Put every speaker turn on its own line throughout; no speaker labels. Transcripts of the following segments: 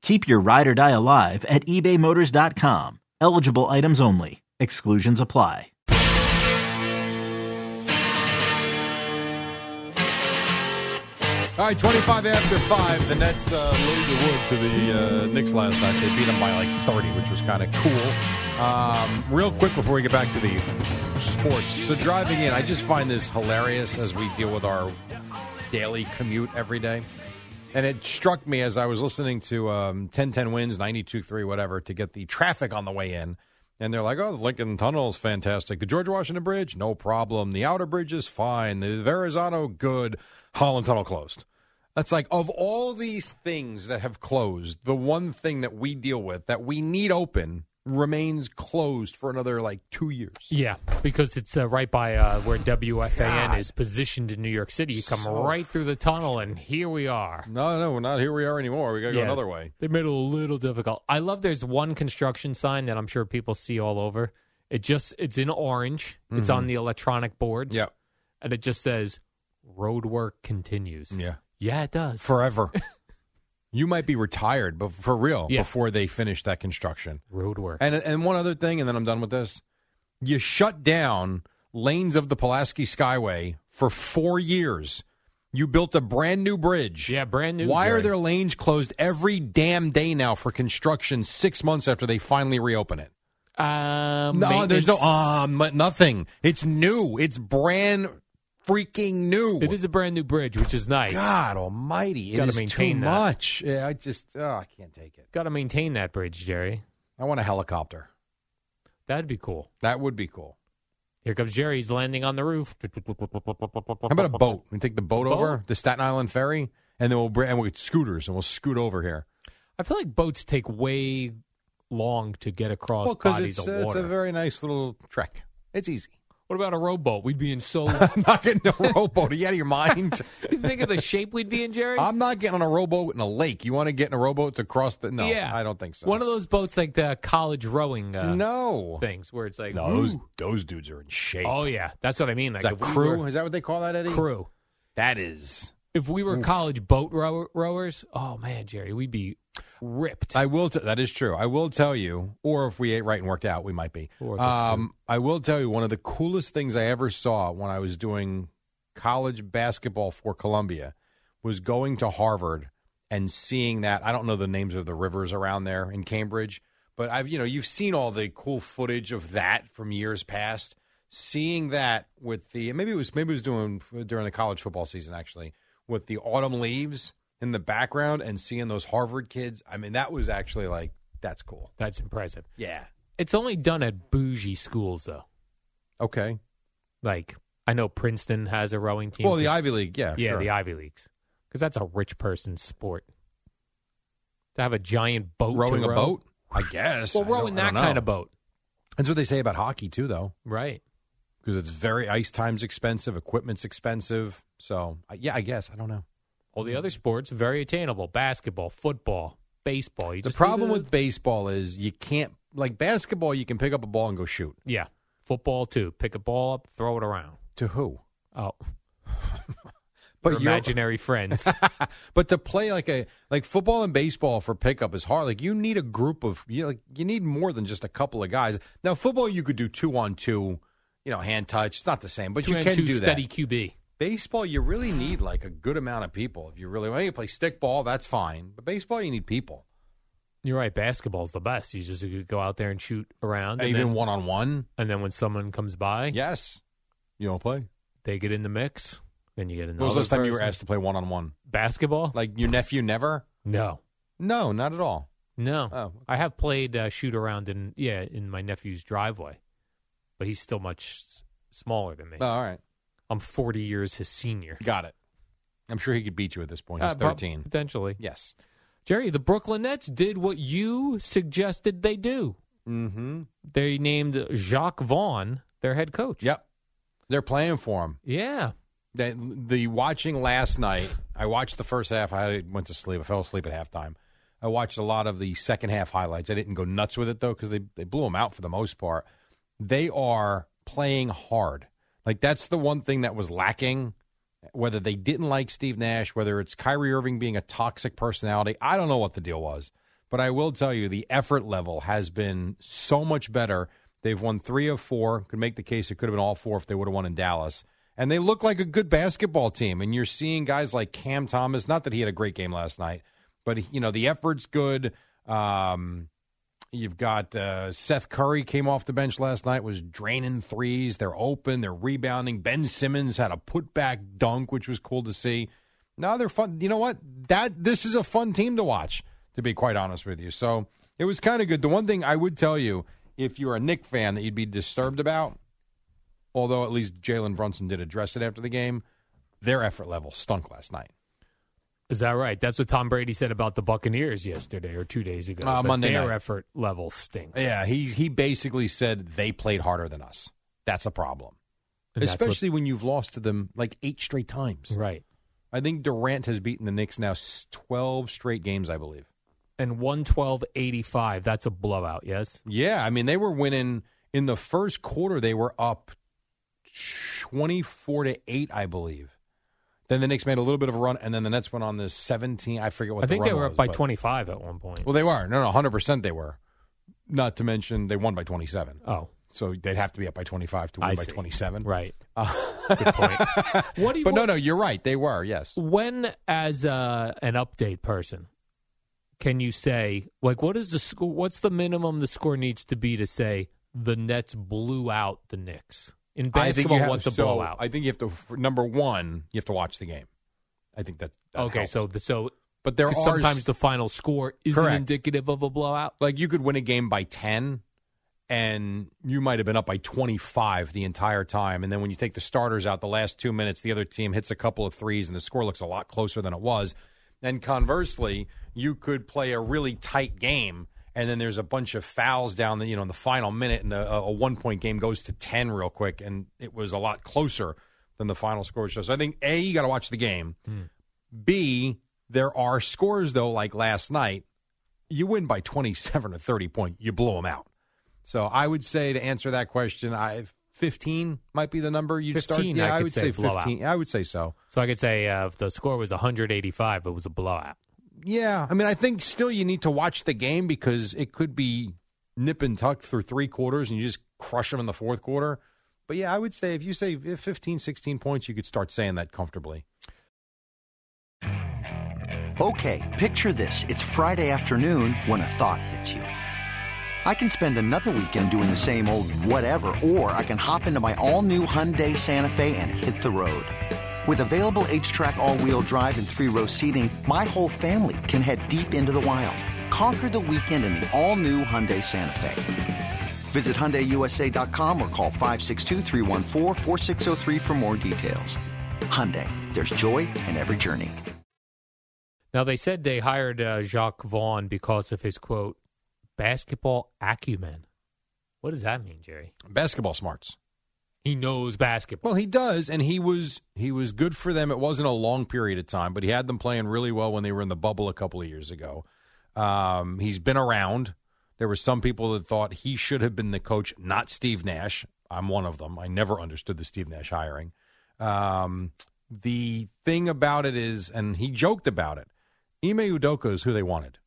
Keep your ride or die alive at ebaymotors.com. Eligible items only. Exclusions apply.
All right, 25 after 5. The Nets uh, laid the wood to the uh, Knicks last night. They beat them by like 30, which was kind of cool. Um, real quick before we get back to the sports. So, driving in, I just find this hilarious as we deal with our daily commute every day. And it struck me as I was listening to um, 1010 Wins, 92 3, whatever, to get the traffic on the way in. And they're like, oh, the Lincoln Tunnel is fantastic. The George Washington Bridge, no problem. The Outer Bridge is fine. The Verrazano, good. Holland Tunnel closed. That's like, of all these things that have closed, the one thing that we deal with that we need open remains closed for another like two years.
Yeah, because it's uh, right by uh, where WFAN is positioned in New York City. You come right through the tunnel, and here we are.
No, no, we're not here. We are anymore. We got to go another way.
They made it a little difficult. I love there's one construction sign that I'm sure people see all over. It just it's in orange. It's on the electronic boards.
Mm-hmm. Yep.
And it just says road work continues.
Yeah.
Yeah, it does.
Forever. you might be retired, but for real,
Yeah.
before they finish that construction.
road work.
And and one other thing, and then I'm done with this. You shut down lanes of the Pulaski Skyway for four years. You built a brand new bridge.
Yeah, brand new
Why are
bridge.
there lanes closed every damn day now for construction six months after they finally reopen it?
um,
No, there's no
maintenance-
um nothing. It's new. It's brand freaking new.
It is a brand new bridge, which is nice.
God Almighty! It
Gotta
is too
maintain that.
much. Yeah, I just oh, I can't take it.
Got to maintain that bridge, Jerry.
I want a helicopter.
That'd be cool.
That would be cool.
Here comes Jerry. He's landing on the roof.
How about a boat? We take the boat,
Boat?
over the Staten Island ferry, and then we'll bring and we scooters and we'll scoot over here.
I feel like boats take way long to get across bodies
it's,
of
uh, it's
water.
a very nice little trek. It's easy.
what about a rowboat? We'd be in so.
I'm not getting a rowboat. Are you out of your mind?
you think of the shape we'd be in, Jerry?
I'm not getting on a rowboat in a lake. You want to get in a rowboat to cross the? No,
yeah,
I don't think so.
One of those boats like the college rowing uh,
no,
things where it's like,
no, those
"Ooh."
those dudes are in shape.
oh yeah, that's what I mean.
is
Like
that
if we
crew?
were-
is that what they call that, Eddie?
crew.
That is.
If we were college boat row- rowers, oh man, Jerry, we'd be ripped.
I will. T- that is true. I will tell you, or if we ate right and worked out, we might be.
Or the
Um, I will tell you one of the coolest things I ever saw when I was doing college basketball for Columbia was going to Harvard and seeing that. I don't know the names of the rivers around there in Cambridge, but I've you know you've seen all the cool footage of that from years past. Seeing that with the maybe it was maybe it was doing during the college football season actually with the autumn leaves in the background and seeing those Harvard kids. I mean that was actually like that's cool.
that's impressive.
Yeah.
It's only done at bougie schools though.
Okay.
Like I know Princeton has a rowing team.
Well, the
'cause-
Ivy League, yeah,
Yeah,
sure.
the Ivy Leagues, because that's a rich person's sport. To have a giant boat, to
rowing a
row.
boat, I guess.
well,
I don't-
rowing
I
that
don't
kind
know.
of boat,
That's what they say about hockey too, though,
right?
because it's very ice time's expensive, equipment's expensive. So I- yeah, I guess I don't know.
All
Hmm.
the other sports very attainable: basketball, football, baseball. You
The
just
problem
need to-
with baseball is you can't like basketball, you can pick up a ball and go shoot.
Yeah. Football too. Pick a ball up, throw it around.
To who?
Oh,
But
your
you're-
imaginary friends.
but to play like a like football and baseball for pickup is hard. Like you need a group of you like you need more than just a couple of guys. Now football you could do two on two, you know, hand touch. It's not the same, but
Two
you
and
can
two
do that.
steady QB.
Baseball you really need like a good amount of people. If you really want to play stickball, that's fine. But baseball you need people.
You're right. Basketball's the best. You just could go out there and shoot around, and,
Even
then,
one on one.
and then when someone comes by,
Yes. You don't play.
they get in the mix. Then you get another.
When was the last time you were
person.
asked to play one on one?
Oh. basketball?
Like your nephew never?
no,
No, not at all.
no.
Oh, okay.
I have played uh, shoot around in yeah in my nephew's driveway, but he's still much s- smaller than me.
Oh, all right.
I'm 40 years his senior.
Got it. I'm sure he could beat you at this point. He's
Uh, prob-
13.
potentially.
yes.
Jerry, the Brooklyn Nets did what you suggested they do.
Mm-hmm.
They named Jacques Vaughn their head coach.
Yep. They're playing for him.
Yeah.
The, the watching last night, I watched the first half. I had- went to sleep. I fell asleep at halftime. I watched a lot of the second half highlights. I didn't go nuts with it, though, because they, they blew them out for the most part. They are playing hard. Like, that's the one thing that was lacking. Whether they didn't like Steve Nash, whether it's Kyrie Irving being a toxic personality, I don't know what the deal was. But I will tell you, the effort level has been so much better. They've won three of four. Could make the case it could have been all four if they would have won in Dallas. And they look like a good basketball team. And you're seeing guys like Cam Thomas. Not that he had a great game last night, but you know the effort's good. Um, you've got uh, Seth Curry came off the bench last night, was draining threes. They're open. They're rebounding. Ben Simmons had a putback dunk, which was cool to see. Now they're fun. You know what? That this is a fun team to watch, to be quite honest with you. So it was kind of good. The one thing I would tell you, if you're a Nick fan, that you'd be disturbed about, although at least Jalen Brunson did address it after the game, their effort level stunk last night.
Is that right? That's what Tom Brady said about the Buccaneers yesterday or two days ago.
Uh,
that
Monday
their
night.
effort level stinks.
Yeah, he he basically said they played harder than us. That's a problem,
And that's what-
especially when you've lost to them like eight straight times.
right.
I think Durant has beaten the Knicks now s- twelve straight games, I believe.
And 112.85. That's a blowout, yes?
Yeah, I mean they were winning in the first quarter. They were up twenty-four to eight, I believe. Then the Knicks made a little bit of a run, and then the Nets went on this seventeen. I forget what
I
the
think
run
they were
was,
up by
but-
25 at one point.
Well, they were no, no, hundred percent they were. Not to mention they won by twenty-seven,
oh,
so they'd have to be up by twenty-five to win
I
by
see.
twenty-seven.
right.
Uh,
Good point. what do you,
but no, no, you're right. They were, yes.
when as uh, an update person can you say like what is the score what's the minimum the score needs to be to say the Nets blew out the Knicks in basketball what's a
so,
blowout
I think you have to. f- Number one, you have to watch the game. I think that. that
okay
helps.
so the, so
but there are
'cause sometimes
sometimes
the final score isn't
Correct.
indicative of a blowout
like you could win a game by ten, and you might have been up by twenty five the entire time, and then when you take the starters out the last two minutes, the other team hits a couple of threes, and the score looks a lot closer than it was. And conversely, you could play a really tight game. And then there's a bunch of fouls down the you know in the final minute, and the, a, a one point game goes to ten real quick, and it was a lot closer than the final score shows. So I think a you got to watch the game. B, there are scores though, like last night, you win by 27 or 30 point, you blow them out. So I would say to answer that question, I 15 might be the number you'd start.
15,
I,
I could
would
say
say
blowout.
15. I would say so.
so I could say uh, if the score was 185 it was a blowout
Yeah, I mean, I think still you need to watch the game because it could be nip and tuck through three quarters, and you just crush them in the fourth quarter. But yeah, I would say if you say 15, 16 points, you could start saying that comfortably.
Okay, picture this. It's Friday afternoon when a thought hits you. I can spend another weekend doing the same old whatever, or I can hop into my all new Hyundai Santa Fe and hit the road. With available H track, all wheel drive, and three row seating, my whole family can head deep into the wild. Conquer the weekend in the all new Hyundai Santa Fe. Visit HyundaiUSA.com or call 562-314-4603 for more details. Hyundai, there's joy in every journey.
now they said they hired uh, Jacques Vaughn because of his quote basketball acumen what does that mean Jerry
Basketball smarts.
he knows basketball
Well, he does, and he was he was good for them. It wasn't a long period of time, but he had them playing really well when they were in the bubble a couple of years ago. Um, he's been around. There were some people that thought he should have been the coach, not Steve Nash. I'm one of them. I never understood the Steve Nash hiring. Um, the thing about it is, and he joked about it, Ime Udoka is who they wanted.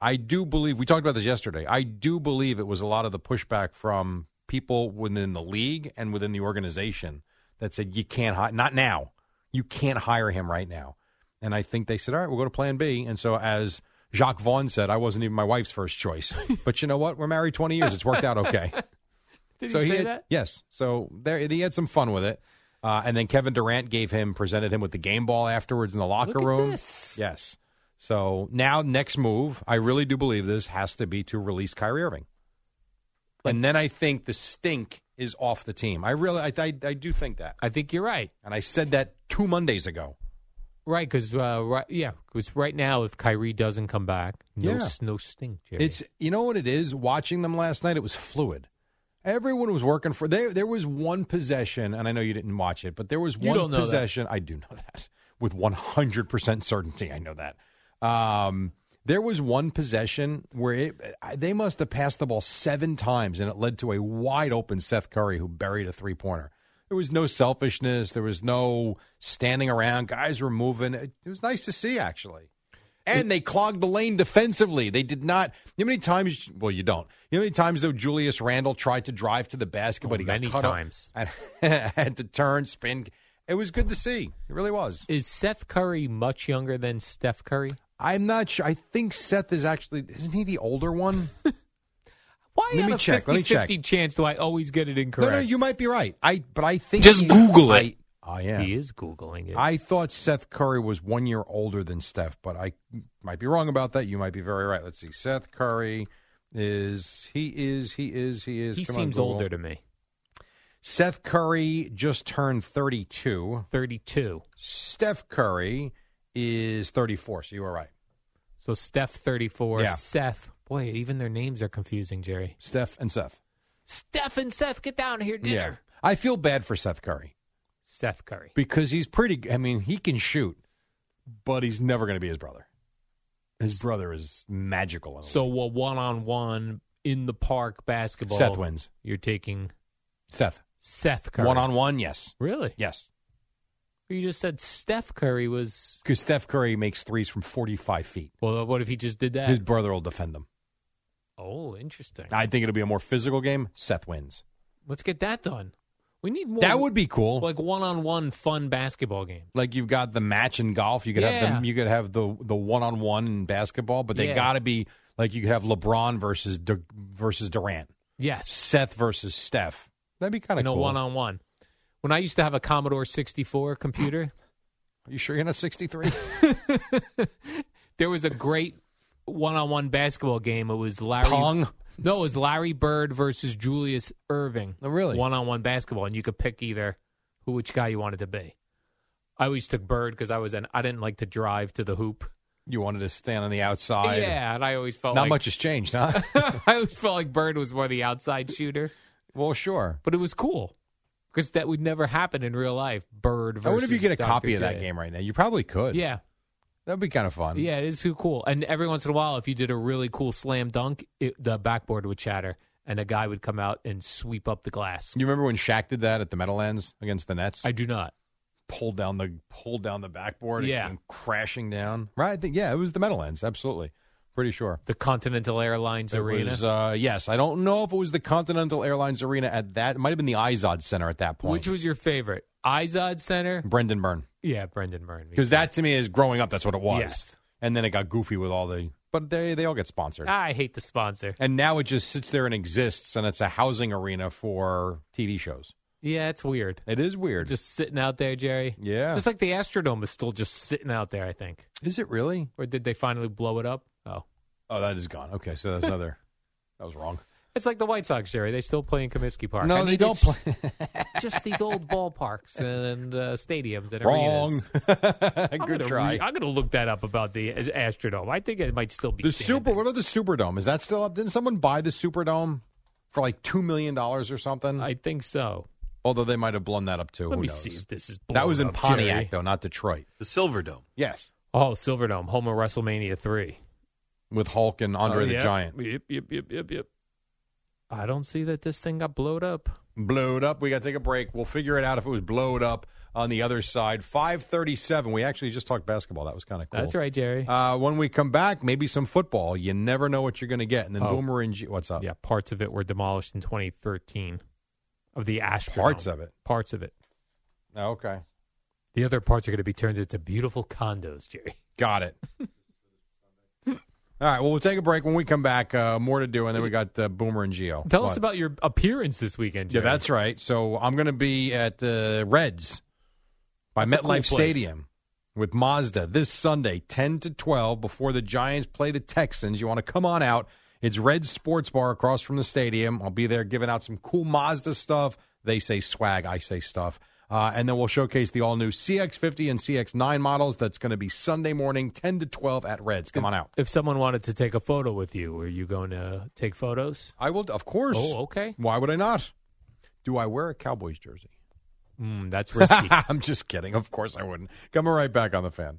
I do believe, we talked about this yesterday, I do believe it was a lot of the pushback from people within the league and within the organization that said, you can't, hi- not now, you can't hire him right now. And I think they said, all right, we'll go to plan B. And so as Jacques Vaughn said, I wasn't even my wife's first choice. but you know what? We're married 20 years. It's worked out okay.
Did
so
he say
had,
that?
Yes. So there, he had some fun with it. Uh, and then Kevin Durant gave him, presented him with the game ball afterwards in the locker
Look at
room.
this.
Yes. So now, next move, I really do believe this has to be to release Kyrie Irving, and then I think the stink is off the team. I really, I, I, I do think that,
I think you're right.
and I said that two Mondays ago.
Right, because uh, right, yeah, 'cause right now, if Kyrie doesn't come back, no,
Yeah.
s- no stink, Jerry.
It's you know what it is. Watching them last night, it was fluid. Everyone was working for. There, there was one possession, and I know you didn't watch it, but there was
You
one
don't know that.
possession. I do know that with one hundred percent certainty. I know that. Um, there was one possession where it, I- they must have passed the ball seven times, and it led to a wide open Seth Curry who buried a three pointer. There was no selfishness. There was no standing around. Guys were moving. It, it was nice to see, actually. And they clogged the lane defensively. They did not. You know how many times? Well, you don't. You know how many times though Julius Randle tried to drive to the basket,
Oh,
but he
many
got cut
times.
Off and had to turn, spin. It was good to see. It really was.
Is Seth Curry much younger than Steph Curry?
I'm not sure. I think Seth is actually isn't he the older one?
Why
Let
on
me
a
check, let me
50
check.
50 chance do I always get it
no,
incorrect?
no, you might be right. I but I think
Just
he-
Google
I,
it.
I am.
He is Googling it.
I thought Seth Curry was one year older than Steph, but I might be wrong about that. You might be very right. Let's see. Seth Curry is he is he is he is.
he
Come on,
seems
Google.
older to me.
Seth Curry just turned 32.
32.
Steph Curry is 34. So you were right.
So Steph 34,
Yeah.
Seth. Boy, even their names are confusing, Jerry.
Steph and Seth.
Steph and Seth, get down here, dinner.
I feel bad for Seth Curry
Seth Curry.
because he's pretty. I mean, he can shoot, but he's never going to be his brother. His brother is magical. In a
So
way.
a one on one in the park basketball.
Seth wins.
You're taking
Seth,
Seth Curry.
one on one, yes.
Really?
Yes.
You just said Steph Curry was.
Because Steph Curry makes threes from 45 feet.
Well, what if he just did that?
His brother will defend them.
oh, interesting.
I think it'll be a more physical game. Seth wins.
Let's get that done. We need more.
That would be cool.
like one on one fun basketball game.
like you've got the match in golf. You could have
Yeah.
the you could have the the one on one in basketball, but they
Yeah.
got to be like you could have LeBron versus Du- versus Durant,
Yes.
Seth versus Steph. That'd be kind
You
of
know,
cool.
one on one. When I used to have a Commodore 64 computer,
Are you sure you're not sixty three?
there was a great one on one basketball game. It was Larry.
Pong.
No, it was Larry Bird versus Julius Irving.
Oh, really?
One on one basketball, and you could pick either who which guy you wanted to be. I always took Bird because I was an I didn't like to drive to the hoop.
You wanted to stand on the outside.
yeah, and I always felt
Not
like,
much has changed, huh?
I always felt like Bird was more the outside shooter,
well, sure.
but it was cool because that would never happen in real life. Bird. Versus
I wonder if you get a
Dr.
copy of
J.
that game right now. You probably could.
Yeah,
that'd be kind of fun.
Yeah, it is too cool. And every once in a while, if you did a really cool slam dunk, it, the backboard would chatter, and a guy would come out and sweep up the glass.
You remember when Shaq did that at the Meadowlands against the Nets?
I do not.
pulled down the pulled down the backboard.
Yeah.
It came crashing down. Right. I think, yeah, it was the Meadowlands. Absolutely. Pretty sure.
The Continental Airlines
It
Arena.
was, uh, yes, I don't know if it was the Continental Airlines Arena at that. It might have been the Izod Center at that point.
Which was your favorite? Izod Center?
Brendan Byrne,
Yeah, Brendan Murray.
because that to me is growing up. That's what it was.
Yes.
And then it got goofy with all the, but they they all get sponsored.
Ah, I hate the sponsor.
And now it just sits there and exists, and it's a housing arena for TV shows.
Yeah, it's weird.
It is weird.
Just sitting out there, Jerry.
yeah.
Just like the Astrodome is still just sitting out there, I think.
is it really?
Or did they finally blow it up? Oh.
Oh, that is gone. Okay, so that's another. That was wrong.
It's like the White Sox, Jerry. They still play in Comiskey Park.
No,
I mean,
they don't
it's
play.
just these old ballparks and uh, stadiums and
Wrong.
arenas. I'm
Good
gonna
try.
re- I'm going to look that up about the as- Astrodome. I think it might still be
the
standing.
super. What about the Superdome? Is that still up? Didn't someone buy the Superdome for like two million dollars or something?
I think so.
Although they might have blown that up too.
Let
Who
me
knows?
see if this is
That was in
blown up,
Pontiac
Jerry.
though, not Detroit.
The Silver Dome.
Yes.
Oh, Silverdome, home of WrestleMania three.
with Hulk and Andre
Oh,
the
yep.
Giant.
Yep, yep, yep, yep, yep. I don't see that this thing got blowed up.
Blow it up. We got to take a break. We'll figure it out if it was blow it up on the other side. 537. We actually just talked basketball. That was kind of cool.
That's right, Jerry.
Uh, when we come back, maybe some football. You never know what you're going to get. And then
Oh.
Boomer and G- what's up?
yeah, parts of it were demolished in 2013 of the Astrodome.
Parts of it.
Parts of it.
Oh, okay.
The other parts are going to be turned into beautiful condos, Jerry.
Got it. All right. Well, we'll take a break. When we come back, uh, more to do. And then we got uh, Boomer and Geo.
Tell us about your appearance this weekend,
Yeah,
Jerry.
that's right. So I'm going to be at uh, Reds by
That's a cool
MetLife
place.
Stadium with Mazda this Sunday, 10 to 12, before the Giants play the Texans. You want to come on out. It's Reds Sports Bar across from the stadium. I'll be there giving out some cool Mazda stuff. They say swag, I say stuff. Uh, and then we'll showcase the all new CX50 and CX9 models. That's going to be Sunday morning, 10 to 12 at Reds. Come on out.
If someone wanted to take a photo with you, are you going to take photos?
I will, of course.
Oh, okay.
Why would I not? Do I wear a Cowboys jersey?
Mm, that's risky.
I'm just kidding. Of course I wouldn't. Coming right back on the fan.